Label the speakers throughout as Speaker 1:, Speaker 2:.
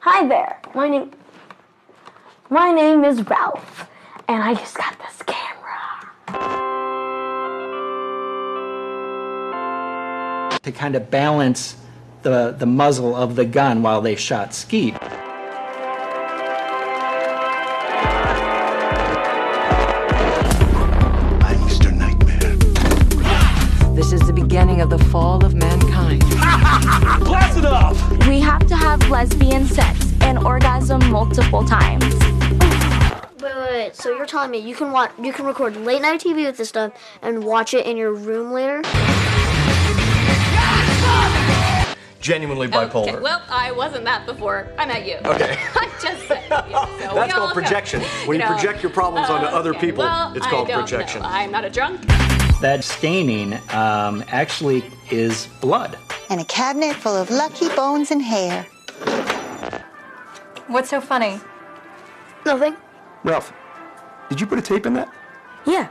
Speaker 1: Hi there. My name My name is Ralph and I just got this camera.
Speaker 2: to kind of balance the, the muzzle of the gun while they shot Skeet.
Speaker 3: My Easter nightmare.
Speaker 4: This is the beginning of the fall of mankind.
Speaker 5: We have to have lesbian sex and orgasm multiple times.
Speaker 1: Wait, wait, wait. So you're telling me you can watch you can record late night TV with this stuff and watch it in your room later?
Speaker 6: Genuinely bipolar.
Speaker 7: Okay, well, I wasn't that before I met you.
Speaker 6: Okay.
Speaker 7: I'm just saying. yeah, so we
Speaker 6: That's
Speaker 7: all
Speaker 6: called
Speaker 7: know. Um,
Speaker 6: projection. When you project your problems onto other people,
Speaker 7: Well,
Speaker 6: it's
Speaker 7: I
Speaker 6: called
Speaker 7: don't
Speaker 6: projection.
Speaker 7: know. I'm not a drunk.
Speaker 2: That staining um, actually is blood.
Speaker 8: and a cabinet full of lucky bones and hair.
Speaker 9: What's so funny?
Speaker 1: Nothing.
Speaker 6: Ralph, did you put a tape in that?
Speaker 1: Yeah.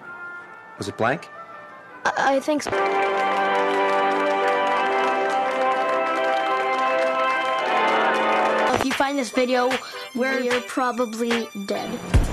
Speaker 6: Was it blank?
Speaker 1: I, I think so. If you find this video, where you're probably dead.